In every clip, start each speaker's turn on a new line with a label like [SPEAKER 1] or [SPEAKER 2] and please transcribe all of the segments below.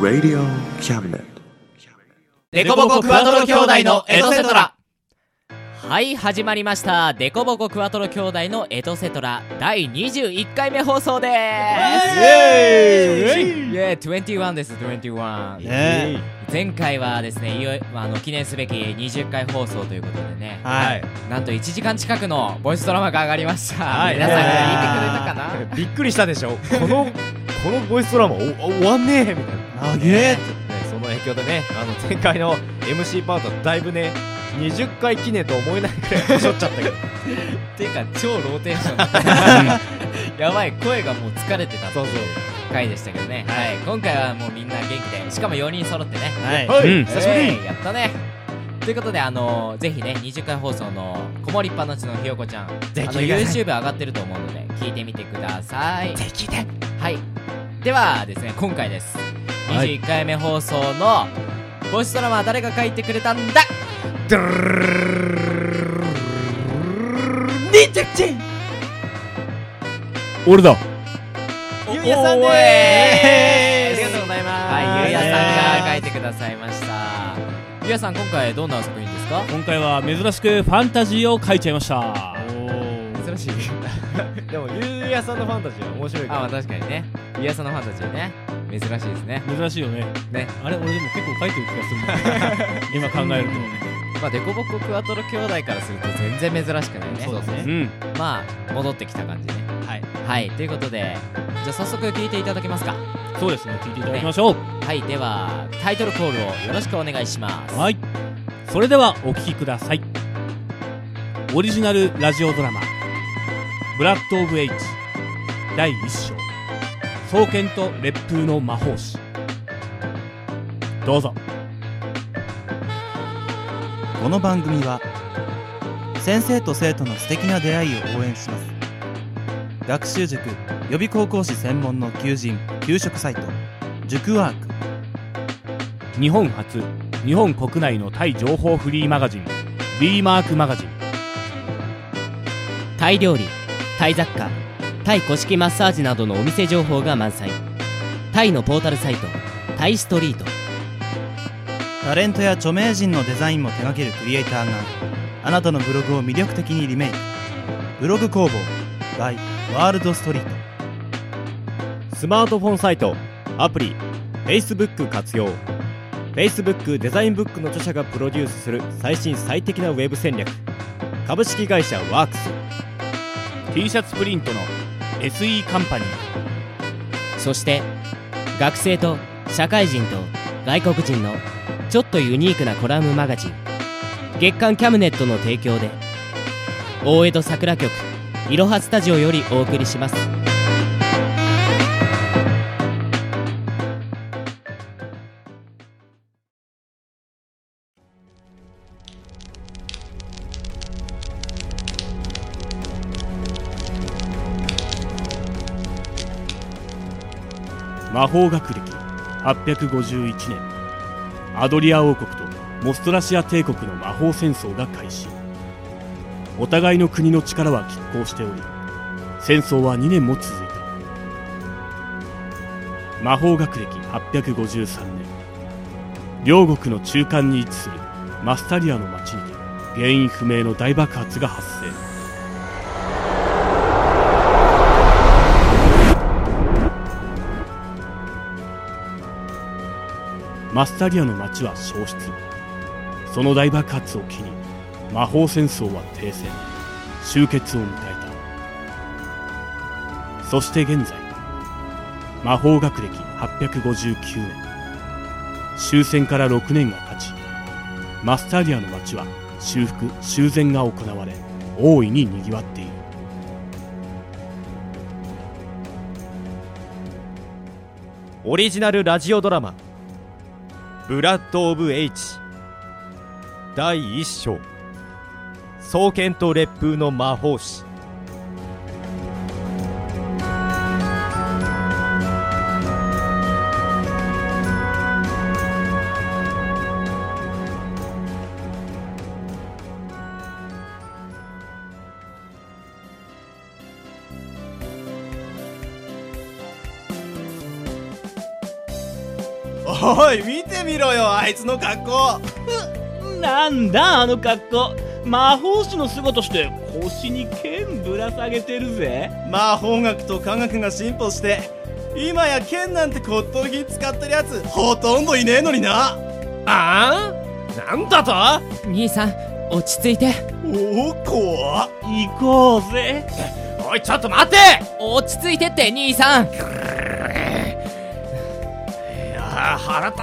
[SPEAKER 1] Radio Cabinet.
[SPEAKER 2] デコボコクワトロ兄弟のエトセトラはい始まりましたデコボコクワトロ兄弟のエトセトラ第21回目放送ですイエーイイエーイ21です21、
[SPEAKER 3] ね
[SPEAKER 2] 前回はですねいよいあの記念すべき20回放送ということでね
[SPEAKER 3] はい
[SPEAKER 2] なんと1時間近くのボイスドラマが上がりました、
[SPEAKER 3] はい
[SPEAKER 2] 皆さんが聞いてくれたかな
[SPEAKER 3] びっくりしたでしょこのこのボイスドラマお終わんねえみたいな長えその影響でねあの前回の MC パートだいぶね20回記念と思えないくらいしょっちゃった けど
[SPEAKER 2] っていうか超ローテーション やばい声がもう疲れてた
[SPEAKER 3] そうそう
[SPEAKER 2] 回でしたけどね、はい、今回はもうみんな元気でしかも4人揃ってね
[SPEAKER 3] はい、
[SPEAKER 4] うん
[SPEAKER 3] 久しぶり、
[SPEAKER 2] えーやったねということであのーぜひね20回放送の「こもりっぱなしのひよこちゃん」
[SPEAKER 3] ぜひ
[SPEAKER 2] あ
[SPEAKER 3] 聞
[SPEAKER 2] の
[SPEAKER 3] いてくだ
[SPEAKER 2] YouTube 上がってると思うので聞いてみてくださいぜひ聞いてはいではですね今回です
[SPEAKER 3] はい
[SPEAKER 2] 21回目放送のボイスドラマは誰が書いてくれたんだ
[SPEAKER 4] 俺だ
[SPEAKER 3] ゆ
[SPEAKER 2] ゆ
[SPEAKER 3] う
[SPEAKER 2] うや
[SPEAKER 3] やさ
[SPEAKER 2] さ
[SPEAKER 3] ん
[SPEAKER 2] ん
[SPEAKER 3] で
[SPEAKER 2] で
[SPEAKER 3] ー
[SPEAKER 2] あ
[SPEAKER 3] す
[SPEAKER 2] りがとうございますはいゆうやさんが書いてくださいましたゆうやさん今回どんな作品ですか
[SPEAKER 4] 今回は珍しくファンタジーを書いちゃいました
[SPEAKER 2] 珍しい
[SPEAKER 3] でもゆうやさんのファンタジーは面白い
[SPEAKER 2] あ、まあ、
[SPEAKER 3] か
[SPEAKER 2] 確かにねゆうやさんのファンタジーね珍しいですね
[SPEAKER 4] 珍しいよね
[SPEAKER 2] ね
[SPEAKER 4] あれ俺でも結構書いてる気がするんだよ今考える
[SPEAKER 2] まあデコボコクワトロ兄弟からすると全然珍しくないね
[SPEAKER 3] そうです
[SPEAKER 4] と
[SPEAKER 3] ね
[SPEAKER 4] うん
[SPEAKER 2] まあ戻ってきた感じね
[SPEAKER 3] らはい
[SPEAKER 2] はいということでじゃあ早速聞いていただけますか
[SPEAKER 4] そうですね聞いていただきましょう、
[SPEAKER 2] はいではタイトルコールをよろしくお願いします
[SPEAKER 4] はいそれではお聞きくださいオリジナルラジオドラマ「ブラッド・オブ・エイチ」第1章双剣と烈風の魔法師どうぞ
[SPEAKER 5] この番組は先生と生徒の素敵な出会いを応援します学習塾予備高校士専門の求人・給食サイト塾ワーク
[SPEAKER 4] 日本初日本国内のタイ情報フリーマガジン D マークマガジン
[SPEAKER 2] タイ料理タイ雑貨タイ古式マッサージなどのお店情報が満載タイのポータルサイトタイストリート
[SPEAKER 5] タレントや著名人のデザインも手掛けるクリエイターがあなたのブログを魅力的にリメイクブログ工房 by ワールドストリート
[SPEAKER 3] スマートフォンサイト、アプリ、Facebook 活用。Facebook デザインブックの著者がプロデュースする最新最適なウェブ戦略。株式会社ワークス。
[SPEAKER 4] T シャツプリントの SE カンパニー
[SPEAKER 2] そして学生と社会人と外国人のちょっとユニークなコラムマガジン月刊キャムネットの提供で大江戸桜局いろはスタジオよりお送りします
[SPEAKER 4] 魔法学歴851年アドリア王国とモストラシア帝国の魔法戦争が開始お互いの国の力は拮抗しており戦争は2年も続いた魔法学歴853年両国の中間に位置するマスタリアの町にて原因不明の大爆発が発生マスタリアの町は消失その大爆発を機に魔法戦争は停戦終結を迎えたそして現在魔法学歴859年終戦から6年が経ちマスタリアの町は修復修繕が行われ大いに賑わっている
[SPEAKER 3] オリジナルラジオドラマ、ブラッド・オブ・エイチ。第1章。双剣と烈風の魔法師。
[SPEAKER 5] おい見てみろよあいつの格好
[SPEAKER 6] なんだあの格好魔法師の姿として腰に剣ぶら下げてるぜ
[SPEAKER 5] 魔法学と科学が進歩して今や剣なんて骨董品使ってるやつほとんどいねえのにな
[SPEAKER 3] ああなんだと
[SPEAKER 2] 兄さん落ち着いて
[SPEAKER 5] おお怖っ
[SPEAKER 6] 行こうぜ
[SPEAKER 3] おいちょっと待て
[SPEAKER 2] 落ち着いてって兄さん
[SPEAKER 3] いやあ腹立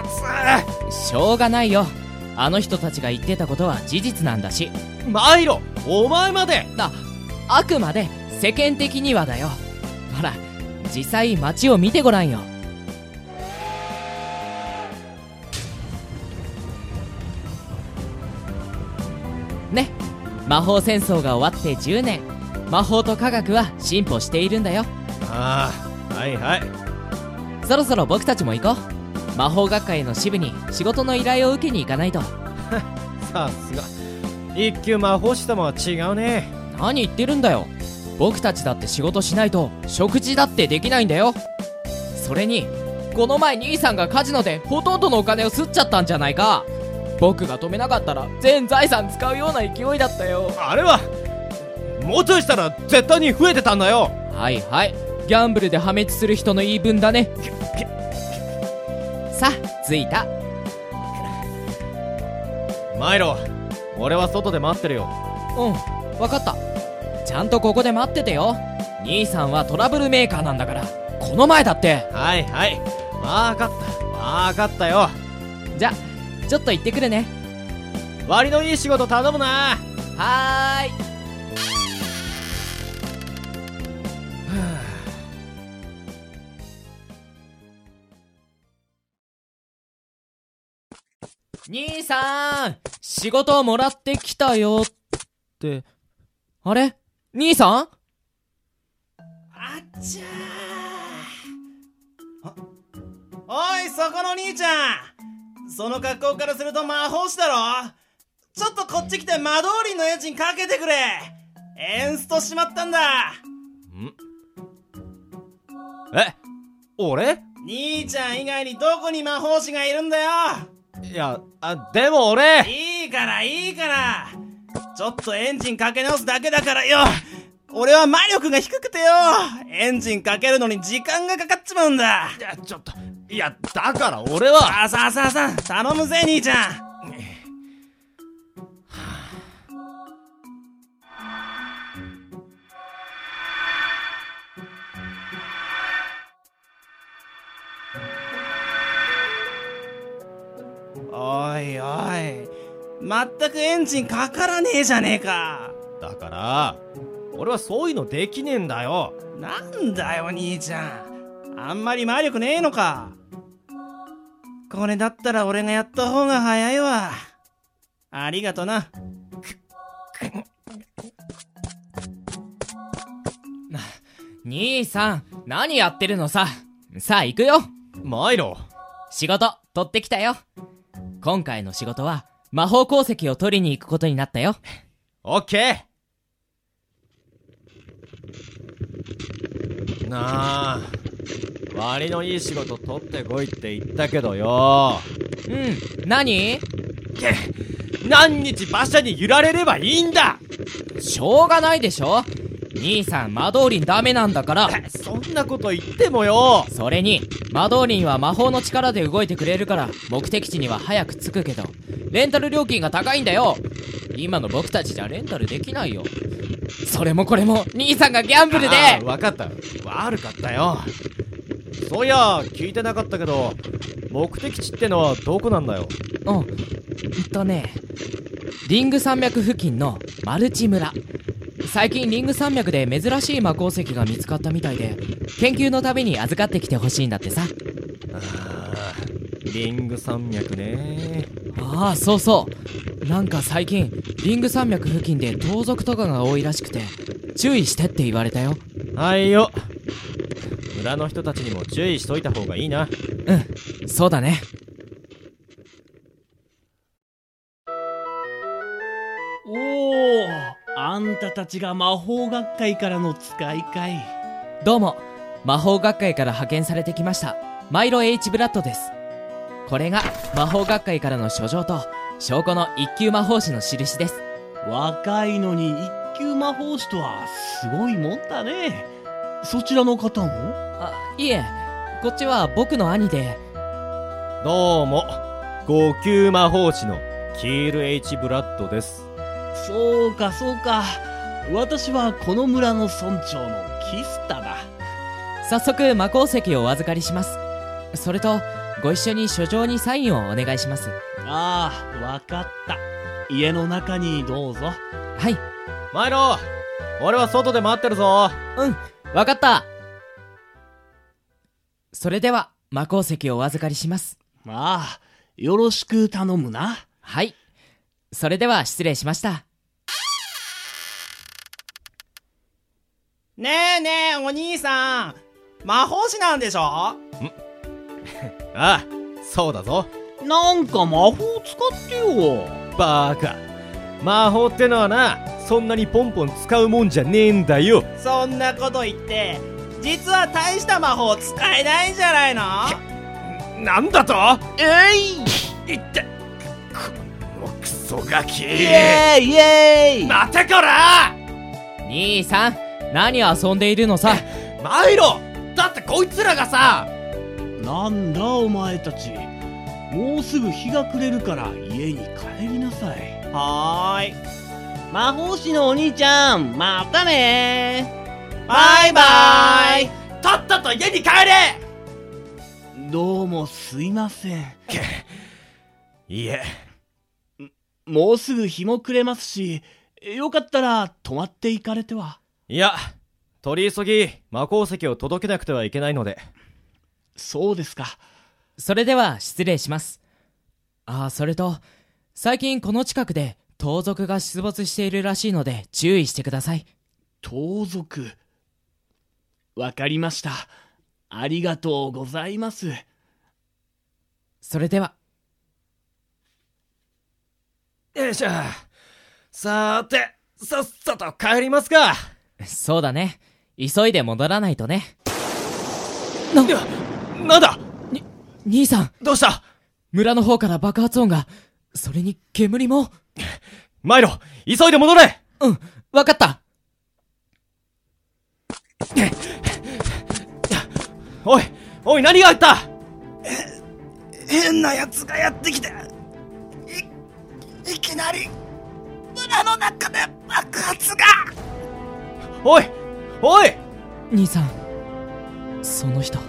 [SPEAKER 2] しょうがないよあの人たちが言ってたことは事実なんだし
[SPEAKER 3] つマイロお前まで
[SPEAKER 2] だあくまで世間的にはだよほら実際街を見てごらんよね魔法戦争が終わって10年魔法と科学は進歩しているんだよ
[SPEAKER 3] ああはいはい
[SPEAKER 2] そろそろ僕たちも行こう魔法学会の支部に仕事の依頼を受けに行かないと
[SPEAKER 3] さすが一級魔法師様は違うね
[SPEAKER 2] 何言ってるんだよ僕たちだって仕事しないと食事だってできないんだよそれにこの前兄さんがカジノでほとんどのお金をすっちゃったんじゃないか僕が止めなかったら全財産使うような勢いだったよ
[SPEAKER 3] あれはもうちょいしたら絶対に増えてたんだよ
[SPEAKER 2] はいはいギャンブルで破滅する人の言い分だねさあ着いた
[SPEAKER 3] マイロ俺は外で待ってるよ
[SPEAKER 2] うん分かったちゃんとここで待っててよ兄さんはトラブルメーカーなんだからこの前だって
[SPEAKER 3] はいはいわかったわかったよ
[SPEAKER 2] じゃちょっと行ってくるね
[SPEAKER 3] 割のいい仕事頼むな
[SPEAKER 2] はーい兄さん仕事をもらってきたよってあれ兄さん
[SPEAKER 5] おいそこの兄ちゃんその格好からすると魔法師だろちょっとこっち来て間通りの家賃かけてくれエンストしまったんだ
[SPEAKER 3] え俺
[SPEAKER 5] 兄ちゃん以外にどこに魔法師がいるんだよ
[SPEAKER 3] いやあでも俺
[SPEAKER 5] いいからいいからちょっとエンジンかけ直すだけだからよ俺は魔力が低くてよエンジンかけるのに時間がかかっちまうんだ
[SPEAKER 3] いやちょっといやだから俺は
[SPEAKER 5] さあさあさあさあ頼むぜ兄ちゃんおいおい全くエンジンかからねえじゃねえか
[SPEAKER 3] だから俺はそういうのできねえんだよ
[SPEAKER 5] なんだよ兄ちゃんあんまり魔力ねえのかこれだったら俺がやった方が早いわありがとな
[SPEAKER 2] 兄さん何やってるのささあ行くよ
[SPEAKER 3] マイロ
[SPEAKER 2] 仕事取ってきたよ今回の仕事は魔法鉱石を取りに行くことになったよ
[SPEAKER 3] オッケーなあ割のいい仕事取ってこいって言ったけどよ
[SPEAKER 2] うん何
[SPEAKER 3] 何日馬車に揺られればいいんだ
[SPEAKER 2] しょうがないでしょ兄さん魔導林ダメなんだから
[SPEAKER 3] そんなこと言ってもよ
[SPEAKER 2] それに魔導林は魔法の力で動いてくれるから目的地には早く着くけどレンタル料金が高いんだよ今の僕たちじゃレンタルできないよそれもこれも兄さんがギャンブルで
[SPEAKER 3] ああわかった悪かったよそういや聞いてなかったけど目的地ってのはどこなんだよ
[SPEAKER 2] うんえっとねリング山脈付近のマルチ村最近リング山脈で珍しい魔鉱石が見つかったみたいで研究のために預かってきてほしいんだってさ
[SPEAKER 3] ああリング山脈ね
[SPEAKER 2] ああそうそうなんか最近リング山脈付近で盗賊とかが多いらしくて注意してって言われたよ
[SPEAKER 3] はいよ村の人たちにも注意しといた方がいいな
[SPEAKER 2] そうだね
[SPEAKER 6] おおあんたたちが魔法学会からの使いかい
[SPEAKER 2] どうも魔法学会から派遣されてきましたマイロ H ブラッドですこれが魔法学会からの書状と証拠の一級魔法師の印です
[SPEAKER 6] 若いのに一級魔法師とはすごいもんだねそちらの方も
[SPEAKER 2] あいえこっちは僕の兄で
[SPEAKER 3] どうも五級魔法師のキール・エイチ・ブラッドです
[SPEAKER 6] そうかそうか私はこの村の村長のキスタだ
[SPEAKER 2] 早速魔鉱石をお預かりしますそれとご一緒に書状にサインをお願いします
[SPEAKER 6] ああわかった家の中にどうぞ
[SPEAKER 2] はい
[SPEAKER 3] マイロ俺は外で待ってるぞ
[SPEAKER 2] わかったそれでは魔鉱石をお預かりします
[SPEAKER 6] まあよろしく頼むな
[SPEAKER 2] はいそれでは失礼しました
[SPEAKER 5] ねえねえお兄さん魔法師なんでしょ
[SPEAKER 3] ああそうだぞ
[SPEAKER 6] なんか魔法使ってよ
[SPEAKER 3] バカ魔法ってのはなそんなにポンポン使うもんじゃねえんだよ
[SPEAKER 5] そんなこと言って実は大した魔法使えないんじゃないの
[SPEAKER 3] なんだと
[SPEAKER 6] えい
[SPEAKER 3] いってこのクソガキ
[SPEAKER 6] イエーイイエーイ
[SPEAKER 3] またこら
[SPEAKER 2] 兄さん何遊んでいるのさ
[SPEAKER 3] マイロだってこいつらがさ
[SPEAKER 6] なんだお前たちもうすぐ日が暮れるから家に帰りなさい
[SPEAKER 5] はーい
[SPEAKER 6] 魔法師のお兄ちゃんまたね
[SPEAKER 5] バイバーイ
[SPEAKER 3] とっとと家に帰れ
[SPEAKER 6] どうもすいません
[SPEAKER 3] いえ
[SPEAKER 6] もうすぐ日も暮れますしよかったら泊まっていかれてはい
[SPEAKER 3] や取り急ぎ魔鉱石を届けなくてはいけないので
[SPEAKER 6] そうですか
[SPEAKER 2] それでは失礼しますああそれと最近この近くで盗賊が出没しているらしいので注意してください
[SPEAKER 6] 盗賊わかりましたありがとうございます
[SPEAKER 2] それでは
[SPEAKER 3] よいしょさーてさっさと帰りますか
[SPEAKER 2] そうだね急いで戻らないとね
[SPEAKER 3] なんだ
[SPEAKER 2] 兄さん
[SPEAKER 3] どうした
[SPEAKER 2] 村の方から爆発音がそれに煙も
[SPEAKER 3] マイロ急いで戻れ
[SPEAKER 2] うんわかった
[SPEAKER 3] おいおい何があった
[SPEAKER 5] 変な奴がやってきていいきなり村の中で爆発が
[SPEAKER 3] おいおい
[SPEAKER 2] 兄さんその人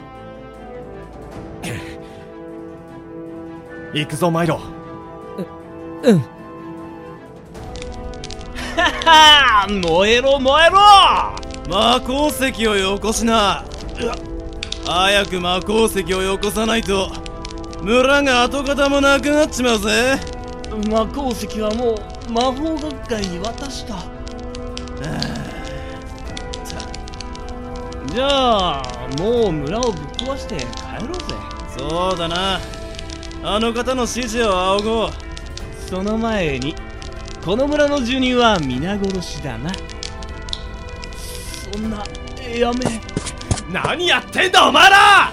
[SPEAKER 3] 行くぞマイロ
[SPEAKER 2] うん
[SPEAKER 6] はあ燃えろ燃えろ
[SPEAKER 4] 魔鉱石をよこしな早く魔鉱石をよこさないと村が跡形もなくなっちまうぜ
[SPEAKER 6] 魔鉱石はもう魔法学会に渡したじゃあもう村をぶっ壊して帰ろうぜ
[SPEAKER 4] そうだなあの方の指示を仰ごう
[SPEAKER 6] その前にこの村の住人は皆殺しだなそんなやめ
[SPEAKER 3] 何やってんだお前ら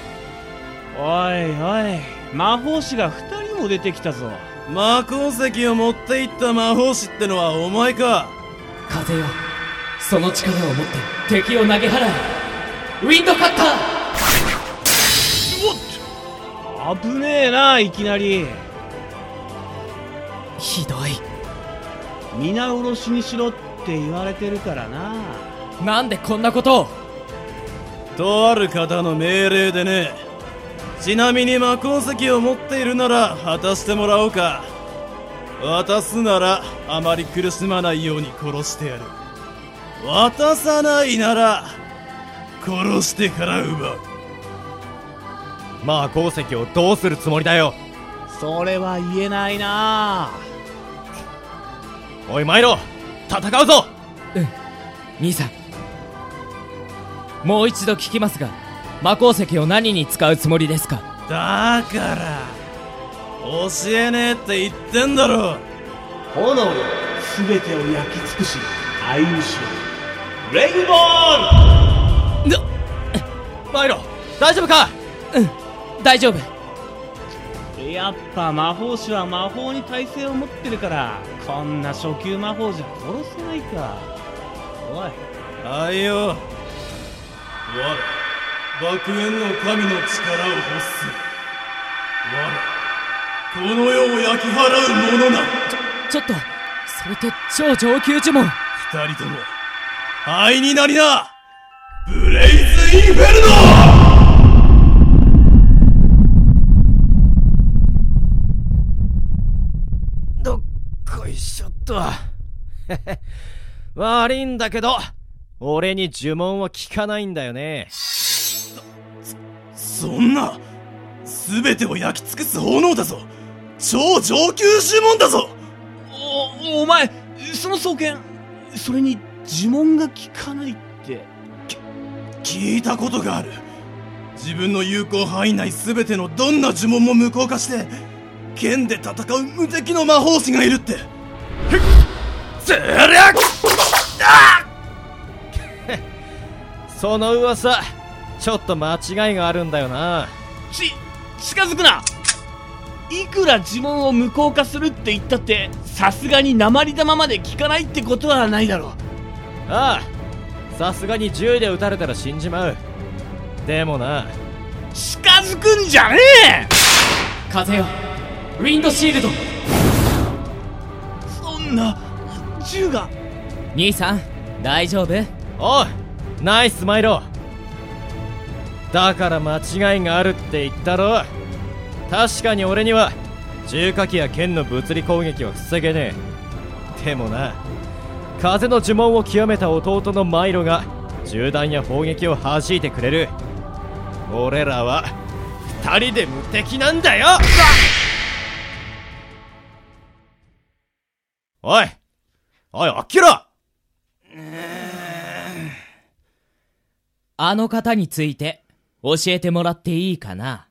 [SPEAKER 6] おいおい魔法師が2人も出てきたぞ
[SPEAKER 4] 魔鉱石を持っていった魔法師ってのはお前か
[SPEAKER 2] 風よその力を持って敵を投げ払えウィンドカッター
[SPEAKER 6] 危ねえないきなり
[SPEAKER 2] ひどい
[SPEAKER 6] 皆殺しにしろって言われてるからな
[SPEAKER 2] なんでこんなことを
[SPEAKER 4] とある方の命令でねちなみに魔鉱石を持っているなら渡してもらおうか渡すならあまり苦しまないように殺してやる渡さないなら殺してから奪う
[SPEAKER 3] まあ鉱石をどうするつもりだよ
[SPEAKER 6] それは言えないな
[SPEAKER 3] おいマイロ戦うぞ
[SPEAKER 2] 兄さんもう一度聞きますが魔鉱石を何に使うつもりですか
[SPEAKER 4] だから教えねえって言ってんだろ
[SPEAKER 6] 炎よ全てを焼き尽くし愛にしろレインボ
[SPEAKER 3] マイロ大丈夫か
[SPEAKER 2] 大丈夫
[SPEAKER 6] ーやっぱ魔法師は魔法に耐性を持ってるからこんな初級魔法じゃ殺せないかおい
[SPEAKER 4] あいよ我爆炎の神の力を欲す我この世を焼き払う者な
[SPEAKER 2] ちょっとそれって超上級呪文
[SPEAKER 4] 二人とも灰になりなブレイズインフェル
[SPEAKER 3] どっこいしょっと。悪いんだけど、俺に呪文は聞かないんだよね。
[SPEAKER 4] ノそんな全てを焼き尽くす炎だぞ超上級呪文だぞ
[SPEAKER 6] おお前その双剣それに呪文が効かないって
[SPEAKER 4] 聞いたことがある自分の有効範囲内全てのどんな呪文も無効化して剣で戦う無敵の魔法師がいるってへっそりゃ
[SPEAKER 3] その噂、ちょっと間違いがあるんだよな。
[SPEAKER 6] ち近づくないくら呪文を無効化するって言ったってさすがに鉛玉まで効かないってことはないだろう
[SPEAKER 3] ああ、さすがに銃で撃たれたら死んじまう。でもな、
[SPEAKER 6] 近づくんじゃねえ
[SPEAKER 2] 風よウィンドシールド
[SPEAKER 6] そんな銃が
[SPEAKER 2] 兄さん大丈夫
[SPEAKER 3] おいナイスマイロだから間違いがあるって言ったろ確かに俺には重火器や剣の物理攻撃は防げねえでもな風の呪文を極めた弟のマイロが銃弾や砲撃を弾いてくれる俺らは二人で無敵なんだよおいおいあきら
[SPEAKER 2] あの方について教えてもらっていいかな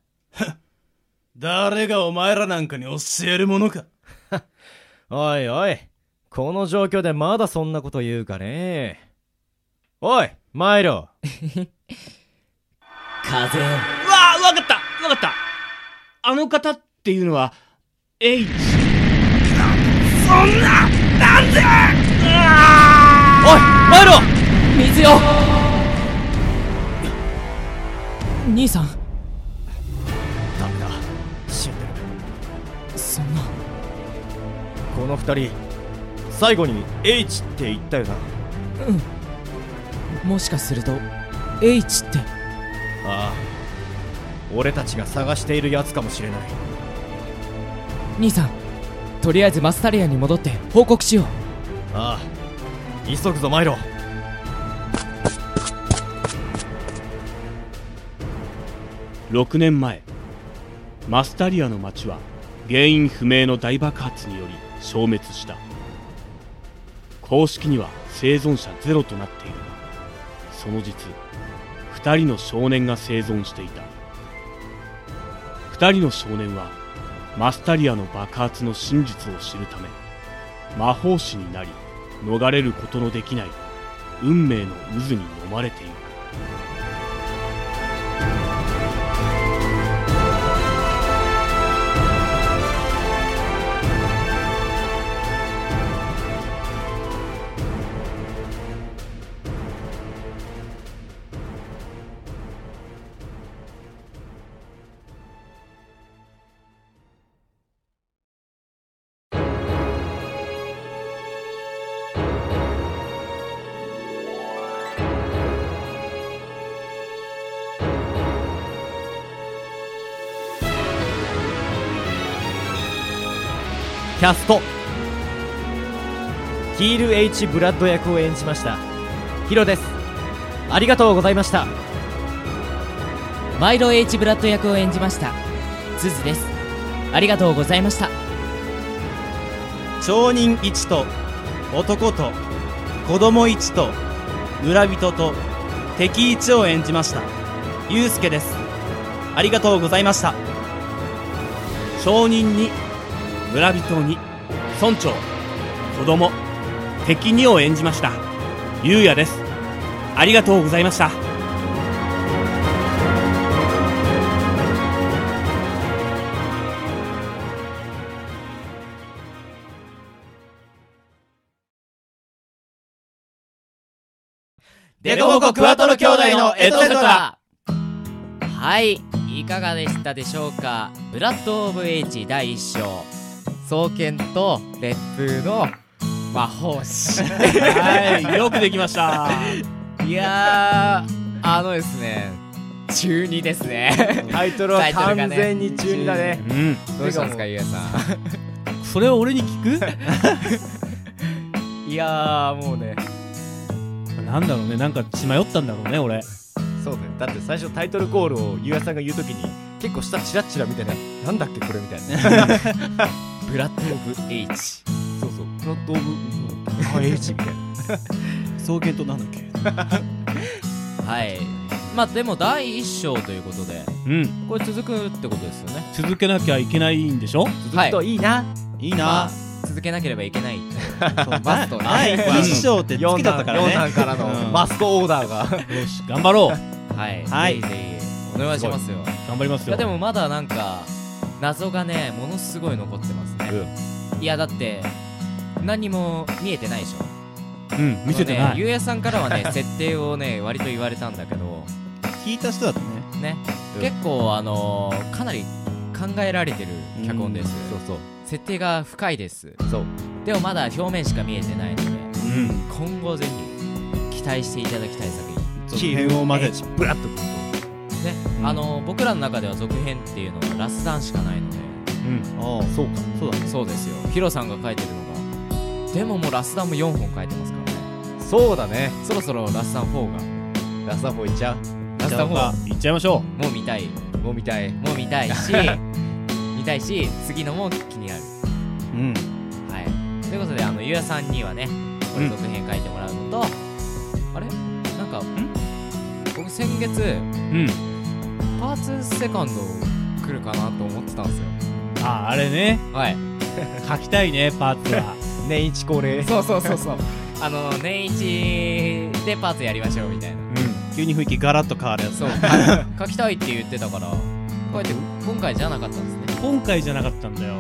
[SPEAKER 4] 誰がお前らなんかに教えるものか
[SPEAKER 3] おいおい、この状況でまだそんなこと言うかね。おい、マイロ。
[SPEAKER 2] 風よ
[SPEAKER 6] わあわかったわかったあの方っていうのは H
[SPEAKER 3] おい、マイロ
[SPEAKER 2] 水よ兄さん
[SPEAKER 3] ダメだ、死んでる。
[SPEAKER 2] そんな
[SPEAKER 3] この二人、最後に H って言ったよな。
[SPEAKER 2] もしかすると H って
[SPEAKER 3] ああ、俺たちが探しているやつかもしれない。
[SPEAKER 2] 兄さんとりあえずマスタリアに戻って報告しよう
[SPEAKER 3] ああ、急ぐぞ、マイロ。
[SPEAKER 4] 6年前マスタリアの町は原因不明の大爆発により消滅した公式には生存者ゼロとなっているがその実2人の少年が生存していた2人の少年はマスタリアの爆発の真実を知るため魔法師になり逃れることのできない運命の渦に飲まれている
[SPEAKER 3] キャストヒール H ブラッド役を演じましたヒロですありがとうございました
[SPEAKER 2] マイロ H ブラッド役を演じましたすずですありがとうございました
[SPEAKER 7] 町人1と男と子供1と村人と敵1を演じましたゆうすけですありがとうございました
[SPEAKER 4] 町人に村人に村長子供敵にを演じましたゆうやですありがとうございました
[SPEAKER 2] デコボコクワトロ兄弟のエトセトラはいいかがでしたでしょうかブラッド・オブ・エイチ第1章双剣と烈風の魔法師
[SPEAKER 6] はいよくできま した
[SPEAKER 2] いやーあのですね中二ですね
[SPEAKER 3] タイトル
[SPEAKER 2] タ
[SPEAKER 3] は
[SPEAKER 2] イトルがね
[SPEAKER 3] 完全に中二だね
[SPEAKER 6] うん
[SPEAKER 2] どうしたんですかゆうやさん
[SPEAKER 6] それを俺に聞く
[SPEAKER 2] いやーもうね
[SPEAKER 6] なんだろうねなんか血迷ったんだろうね俺
[SPEAKER 3] そうだよだって最初タイトルコールをゆうやさんが言うときに結構下チラッチラみたいななんだっけこれみたい な
[SPEAKER 2] ブラッド・オブ・エイチ
[SPEAKER 3] そうそうプロットオブうんあ H みたいな
[SPEAKER 7] 草原となんだっけ
[SPEAKER 2] はいまあでも第1章ということで
[SPEAKER 4] うん
[SPEAKER 2] これ続くってことですよね
[SPEAKER 4] 続けなきゃいけないんでしょ
[SPEAKER 2] はい
[SPEAKER 3] といいない
[SPEAKER 7] い
[SPEAKER 2] まあ
[SPEAKER 7] な
[SPEAKER 2] 続けなければいけないと
[SPEAKER 7] そ う
[SPEAKER 2] マストね
[SPEAKER 7] はい一章って月だったから
[SPEAKER 3] 四
[SPEAKER 7] ね
[SPEAKER 3] 段からのマストオーダーが
[SPEAKER 4] よし頑張ろう
[SPEAKER 2] はい、
[SPEAKER 7] はい
[SPEAKER 2] ぜひぜひお願いしますよ
[SPEAKER 4] 頑張ります
[SPEAKER 2] い
[SPEAKER 4] よ
[SPEAKER 2] やでもまだなんか謎がねものすごい残ってますね、いやだって何も見えてないでしょ
[SPEAKER 4] うん見せて
[SPEAKER 2] あの
[SPEAKER 4] な
[SPEAKER 2] ね
[SPEAKER 4] い
[SPEAKER 2] ゆうやさんからは ね設定をね割と言われたんだけど
[SPEAKER 7] 聞いた人だとね
[SPEAKER 2] ね、
[SPEAKER 3] うん
[SPEAKER 2] 結構あのーかなり考えられてる脚本です
[SPEAKER 3] そうそう
[SPEAKER 2] 設定が深いです
[SPEAKER 3] そう
[SPEAKER 2] でもまだ表面しか見えてないので
[SPEAKER 4] うん
[SPEAKER 2] 今後ぜひ期待していただきたい作品
[SPEAKER 7] 続編をまで
[SPEAKER 3] ブラッと
[SPEAKER 2] ね、
[SPEAKER 4] うん
[SPEAKER 2] あの僕らの中では続編っていうのはラスダンしかないので
[SPEAKER 7] ああそうかそうだね
[SPEAKER 2] そうですよヒロさんが書いてるのがでももうラスダンも4本書いてますからね
[SPEAKER 3] そうだね
[SPEAKER 2] そろそろラスダン4が
[SPEAKER 3] ラサフォいっちゃう
[SPEAKER 2] ラスダン4
[SPEAKER 4] あ行っちゃいましょ
[SPEAKER 2] もう見たい
[SPEAKER 3] もうみたい
[SPEAKER 2] もう見たい し見たいし次のも気になる
[SPEAKER 7] うん
[SPEAKER 2] はいということであのゆうやさんにはねこれ続編書いてもらうのと、あれなんか僕先月
[SPEAKER 4] ううん
[SPEAKER 2] パーツセカンド来るかなと思ってたんですよ
[SPEAKER 4] ああれね
[SPEAKER 2] はい
[SPEAKER 4] 書きたいねパー ツは
[SPEAKER 3] 年一恒例
[SPEAKER 2] そうそうそうそう あの年一でパーツやりましょうみたいな
[SPEAKER 7] 急に雰囲気ガラッと変わるやつ
[SPEAKER 2] そう書きたいって言ってたからこうやって今回じゃなかったんですね
[SPEAKER 4] 今回じゃなかったんだよ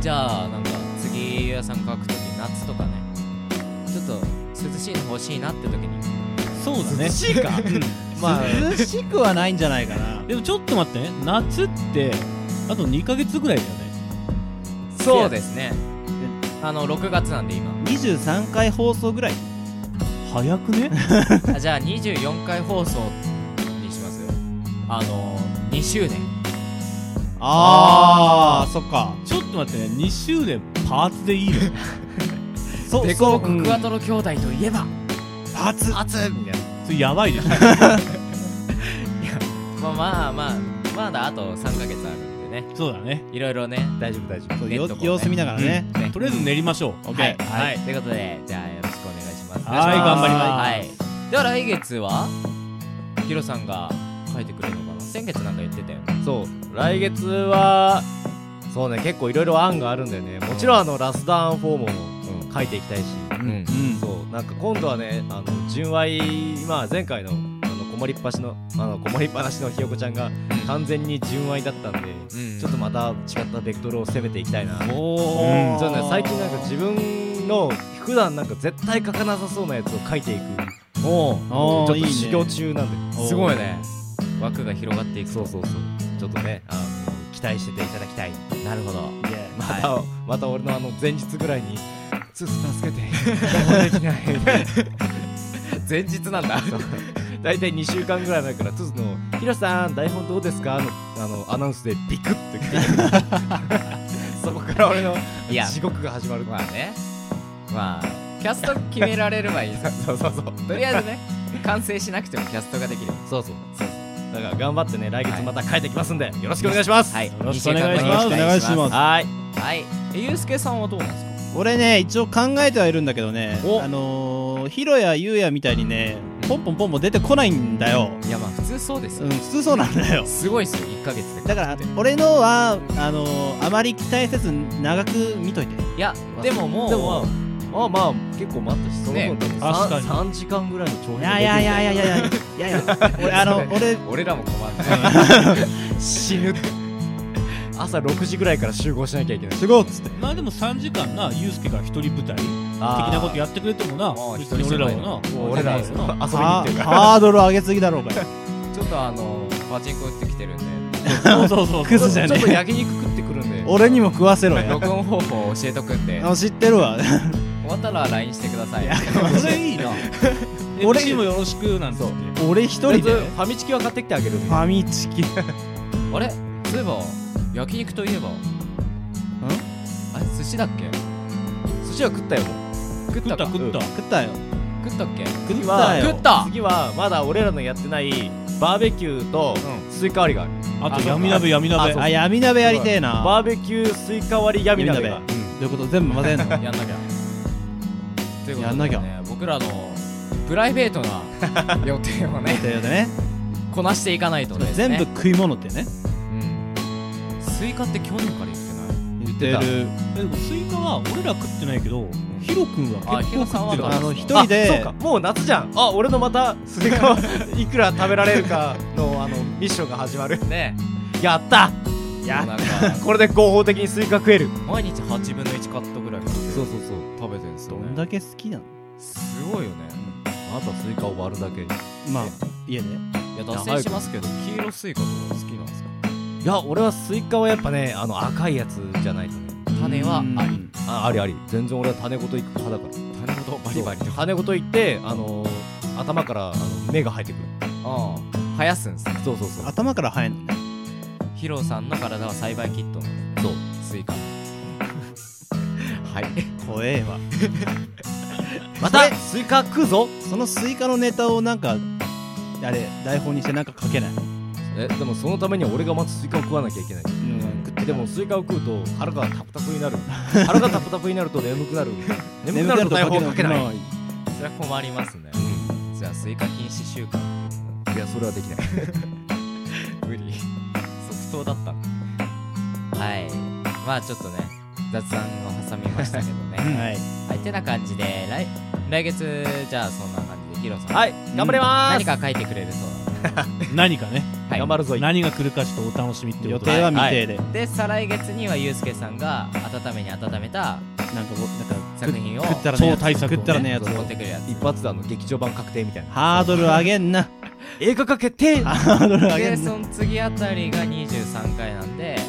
[SPEAKER 2] じゃあなんか次ゆうやさん書くとき夏とかねちょっと涼しいの欲しいなって時に
[SPEAKER 4] そうだね
[SPEAKER 3] しいかまあ
[SPEAKER 7] 涼しくはないんじゃないかな
[SPEAKER 4] でもちょっと待ってね夏ってあと2ヶ月ぐらいだよね
[SPEAKER 2] そうですねあの6月なんで今
[SPEAKER 7] 23回放送ぐらい
[SPEAKER 4] 早くね
[SPEAKER 2] あじゃあ24回放送にしますよあの2周年
[SPEAKER 7] ああそっか
[SPEAKER 4] ちょっと待ってね2周年パーツでいいの
[SPEAKER 7] そう
[SPEAKER 2] デコボコクワトロ兄弟といえば
[SPEAKER 7] パーツ
[SPEAKER 2] 熱みたいな
[SPEAKER 4] それやばいでしょ
[SPEAKER 2] まあまあまあまだあと3ヶ月あるんでね
[SPEAKER 4] そうだね
[SPEAKER 2] いろいろね
[SPEAKER 3] 大丈夫大丈
[SPEAKER 7] そう
[SPEAKER 2] ネッ
[SPEAKER 7] よ
[SPEAKER 2] トこうね
[SPEAKER 7] 様子見ながらね
[SPEAKER 2] ね
[SPEAKER 4] とりあえず練りましょう OK
[SPEAKER 2] はい、はいということでじゃあよろしくお願いします
[SPEAKER 4] はい頑張り
[SPEAKER 2] ます、はい、では来月はヒロさんが書いてくれるのかな先月なんか言ってたよね
[SPEAKER 3] 夫そう来月はそうね結構いろいろ案があるんだよねもちろんあのラスダーン4も書いていきたいし
[SPEAKER 2] うん
[SPEAKER 3] そうなんか今度はねあの純愛まあ前回のあの困りっぱしのあの困りっぱなしのひよこちゃんが完全に純愛だったんで、
[SPEAKER 2] うん
[SPEAKER 3] ちょっとまた違ったベクトルを攻めていきたいな、
[SPEAKER 2] お
[SPEAKER 4] う
[SPEAKER 2] お
[SPEAKER 4] ん
[SPEAKER 3] そうね、最近なんか自分の普段なんか絶対書かなさそうなやつを書いていく
[SPEAKER 2] お
[SPEAKER 7] あ
[SPEAKER 3] ちょ
[SPEAKER 7] あ
[SPEAKER 3] っ
[SPEAKER 7] いい
[SPEAKER 3] と
[SPEAKER 7] ね
[SPEAKER 3] 修行中なんで、
[SPEAKER 2] すごいね枠が広がっていく
[SPEAKER 3] そうそうそうちょっとねあの期待してていただきたい
[SPEAKER 2] なるほど
[SPEAKER 3] また、また俺のあの前日ぐらいに「つ助けて我慢できない」
[SPEAKER 2] 前日なんだ
[SPEAKER 3] 大体2週間ぐらい前からつづの「ヒロさん台本どうですか?」のあのアナウンスでビクッて来てそこから俺の
[SPEAKER 2] いや
[SPEAKER 3] 地獄が始まる
[SPEAKER 2] まあねまあキャスト決められればいい そうそうそうとりあえずね完成しなくてもキャストができる
[SPEAKER 3] そうそうそうだから頑張ってね来月また帰ってきますんで、よろしくお願いします
[SPEAKER 2] はい
[SPEAKER 3] よ
[SPEAKER 4] ろしくお願いします
[SPEAKER 2] 二週間後にお願いします
[SPEAKER 3] はい
[SPEAKER 2] はいえゆうすけさんはどうなんですか
[SPEAKER 7] 俺ね一応考えてはいるんだけどね
[SPEAKER 2] お
[SPEAKER 7] あのー、ヒロやユウヤみたいにねポンポンポンポン出てこないんだよ、
[SPEAKER 2] いやまあ普通そうです
[SPEAKER 7] う
[SPEAKER 2] よ、
[SPEAKER 7] ん、普通そうなんだよ
[SPEAKER 2] すごいっすよ1ヶ月で
[SPEAKER 7] だから俺のはあのー、あまり期待せず長く見といて
[SPEAKER 2] いやでももう
[SPEAKER 3] でもまあまあ結構待ったしその
[SPEAKER 2] ね
[SPEAKER 3] 分多分
[SPEAKER 4] 確か
[SPEAKER 3] 3,
[SPEAKER 4] に
[SPEAKER 3] 時間ぐらいの長編
[SPEAKER 7] いやいやいやいやいやいやい やいや俺あの俺
[SPEAKER 2] 俺らも困る
[SPEAKER 7] 死ぬ
[SPEAKER 2] あ
[SPEAKER 3] 朝6時ぐらいから集合しなきゃいけない
[SPEAKER 4] すごっつってまあでも3時間なユースケが一人舞台的なことやってくれてもな
[SPEAKER 2] ー
[SPEAKER 4] 別に俺らはな
[SPEAKER 3] 俺ら遊びに
[SPEAKER 4] な
[SPEAKER 3] 行ってるから
[SPEAKER 4] ハードル上げすぎだろう かよ
[SPEAKER 2] ちょっとあのパチンコ打ってきてるんで
[SPEAKER 4] そうそうそう
[SPEAKER 3] ち
[SPEAKER 4] ク
[SPEAKER 3] ょ
[SPEAKER 4] ズ
[SPEAKER 3] っ
[SPEAKER 4] じゃ
[SPEAKER 3] と
[SPEAKER 4] ね
[SPEAKER 3] 焼肉食ってくるんで
[SPEAKER 4] え俺にも食わせろや
[SPEAKER 2] 録音方法を教えとくんで
[SPEAKER 4] あ知ってるわ
[SPEAKER 2] 終わったら LINE してください
[SPEAKER 4] それいいな俺にもよろしくなんて俺一人で
[SPEAKER 3] とりあえず
[SPEAKER 4] フ
[SPEAKER 3] ファミチキは買ってきてあげるんで
[SPEAKER 4] ァミチキ
[SPEAKER 2] あれそういえば焼肉といえばんあれ寿司だっけ
[SPEAKER 3] 寿司は食ったよもう
[SPEAKER 2] 食っ
[SPEAKER 4] 食ったた
[SPEAKER 2] か
[SPEAKER 4] 食った食ったよ
[SPEAKER 2] 食ったっけ
[SPEAKER 4] 食っ
[SPEAKER 3] は
[SPEAKER 4] たよ
[SPEAKER 2] 食った
[SPEAKER 3] 次はまだ俺らのやってないバーベキューとスイカ割りがある
[SPEAKER 4] あ
[SPEAKER 3] と闇鍋
[SPEAKER 4] 闇
[SPEAKER 3] 鍋
[SPEAKER 4] あ闇鍋やりてえな
[SPEAKER 3] バーベキュースイカ割り闇鍋が
[SPEAKER 4] 闇鍋どういうこと全部混ぜんの
[SPEAKER 2] やんなきゃということでね
[SPEAKER 4] やんなきゃ
[SPEAKER 2] 僕らのプライベートな 予定をね
[SPEAKER 4] ということでね
[SPEAKER 2] こなしていかないとです
[SPEAKER 4] 全
[SPEAKER 2] ね
[SPEAKER 4] 部食い物ってね
[SPEAKER 2] うんスイカって去年から言って
[SPEAKER 4] 言ってる
[SPEAKER 8] でもスイカは俺ら食ってないけどヒロ君は
[SPEAKER 2] ないあヒロさんは
[SPEAKER 4] あの一
[SPEAKER 2] 人
[SPEAKER 4] 人
[SPEAKER 3] そう
[SPEAKER 4] で
[SPEAKER 3] かもう夏じゃんあ俺のまたスイカをいくら食べられるかのあのミッションが始まる
[SPEAKER 2] ね
[SPEAKER 3] やった
[SPEAKER 2] な
[SPEAKER 3] や
[SPEAKER 2] んか
[SPEAKER 3] これで合法的にスイカ食える
[SPEAKER 2] 毎日8分の1カットぐらいそうそうそう食べてるんですよ
[SPEAKER 4] どんだけ好きなの
[SPEAKER 2] すごいよね
[SPEAKER 3] あとはスイカを割るだけい
[SPEAKER 4] まあ家で
[SPEAKER 2] いや脱線しますけど黄色スイカとか好きなんですか
[SPEAKER 3] や俺はスイカはやっぱねあの赤いやつじゃないとね
[SPEAKER 2] 種はあり
[SPEAKER 3] あありあり全然俺は種ごといく派だから
[SPEAKER 2] 種ごとバリバリと
[SPEAKER 3] 羽ごといってあの頭からあの芽が生えてく る
[SPEAKER 2] ああ生やすんですね
[SPEAKER 3] そうそうそう
[SPEAKER 4] 頭から生えんのね
[SPEAKER 2] ヒロさんの体は栽培キットなんですねそうスイ カ
[SPEAKER 3] はい
[SPEAKER 4] 怖えわ
[SPEAKER 3] またスイカ食うぞ
[SPEAKER 4] そのスイカのネタをなんかあれ台本にしてなんか書けない
[SPEAKER 3] えでもそのためには俺がまずスイカを食わなきゃいけないでもスイカを食うと腹がタプタプにな る腹がタプタプになると眠くなる眠くなると台本書けない
[SPEAKER 4] まあ
[SPEAKER 2] それは困りますねじゃあスイカ禁止週間
[SPEAKER 3] いやそれはできない
[SPEAKER 2] 無理即答だったはいまあちょっとね雑談を挟みましたけどね
[SPEAKER 4] はい
[SPEAKER 2] はいてな感じで来来月じゃあそんな感じでヒロさん
[SPEAKER 3] はい頑張りまー
[SPEAKER 2] 何
[SPEAKER 3] す
[SPEAKER 2] か書いてくれるそうなの
[SPEAKER 4] 何かね
[SPEAKER 2] はい
[SPEAKER 3] 頑張るぞ
[SPEAKER 4] 何
[SPEAKER 8] 何が来るかちょっとお楽しみって
[SPEAKER 4] 予
[SPEAKER 8] こと
[SPEAKER 4] 定は未定で、
[SPEAKER 2] で再来月にはユうスケさんが温めに温めた
[SPEAKER 4] なんかこうなんか
[SPEAKER 2] 作品を
[SPEAKER 4] 食ったらね
[SPEAKER 8] 超大作をね
[SPEAKER 4] 食ったらねやつを
[SPEAKER 2] 持ってくるやつ
[SPEAKER 3] 一発であの劇場版確定みたいな
[SPEAKER 4] ハードル上げんな
[SPEAKER 3] 映画化決定
[SPEAKER 4] ハード ル上げ
[SPEAKER 2] で
[SPEAKER 4] んな
[SPEAKER 2] その次あたりが23回なんで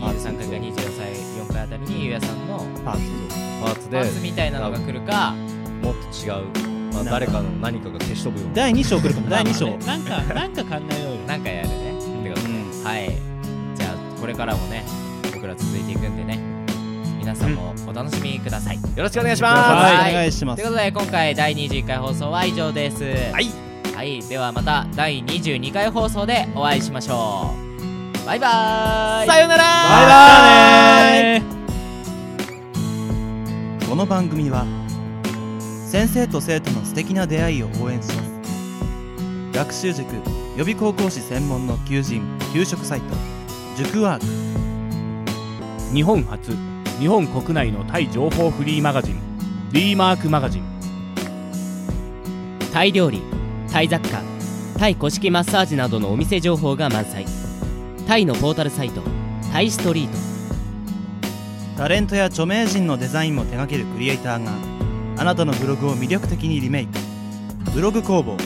[SPEAKER 2] 23回か24回4回あたりにゆうやさんの
[SPEAKER 4] パーツ
[SPEAKER 3] パーツ
[SPEAKER 2] パ
[SPEAKER 3] で
[SPEAKER 2] ーツみたいなのが来るか
[SPEAKER 3] もっと違う、まあ、誰かの何かが消し飛ぶような
[SPEAKER 4] 第2章来るかも第2章
[SPEAKER 2] まあ
[SPEAKER 8] なんかなんか考えようよ
[SPEAKER 2] なんかやるねってことではいじゃあこれからもね僕ら続いていくんでね皆さんもお楽しみください、とい
[SPEAKER 3] よろしくお願いし
[SPEAKER 2] は
[SPEAKER 3] ま、
[SPEAKER 2] い
[SPEAKER 4] お願いします
[SPEAKER 2] うことで今回第21回放送は以上ですはいはい、ではまた第22回放送でお会いしましょうバイバーイ
[SPEAKER 3] すさよなら
[SPEAKER 4] バイバーイこの番組は先生と生徒の素敵な出会いを応援します学習塾予備高校師専門の求人・給食サイト塾ワーク
[SPEAKER 8] 日本初日本国内のタイ情報フリーマガジン D マークマガジン
[SPEAKER 2] タイ料理タイ雑貨タイ古式マッサージなどのお店情報が満載タイのポータルサイトタイストリート
[SPEAKER 5] タレントや著名人のデザインも手掛けるクリエイターがあなたのブログを魅力的にリメイクブログ工房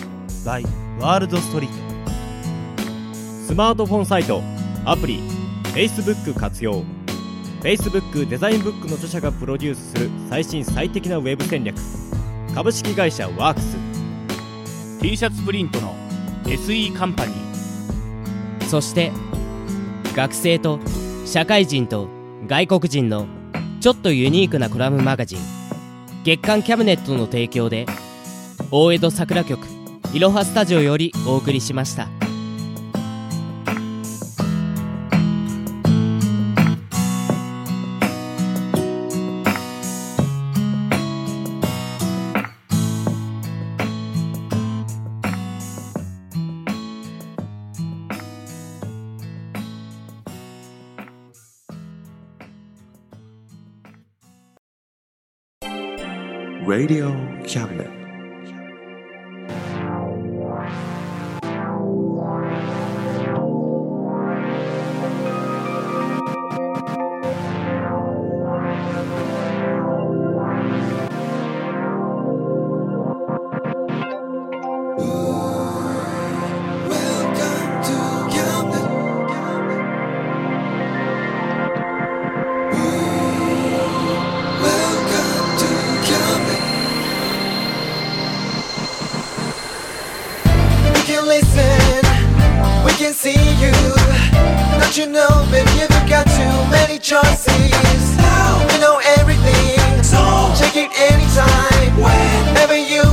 [SPEAKER 5] by ワールドストリート
[SPEAKER 9] スマートフォンサイトアプリ Facebook 活用 Facebook デザインブックの著者がプロデュースする最新最適なウェブ戦略株式会社ワークス
[SPEAKER 8] T シャツプリントの SE カンパニー
[SPEAKER 2] そして学生と社会人と外国人のちょっとユニークなコラムマガジン月刊キャムネットの提供で大江戸桜局いろはスタジオよりお送りしました。
[SPEAKER 1] Radio Cabinet.
[SPEAKER 10] listen, we can see you. Don't you know, baby, you've got too many choices. Now we know everything, so check it anytime, whenever you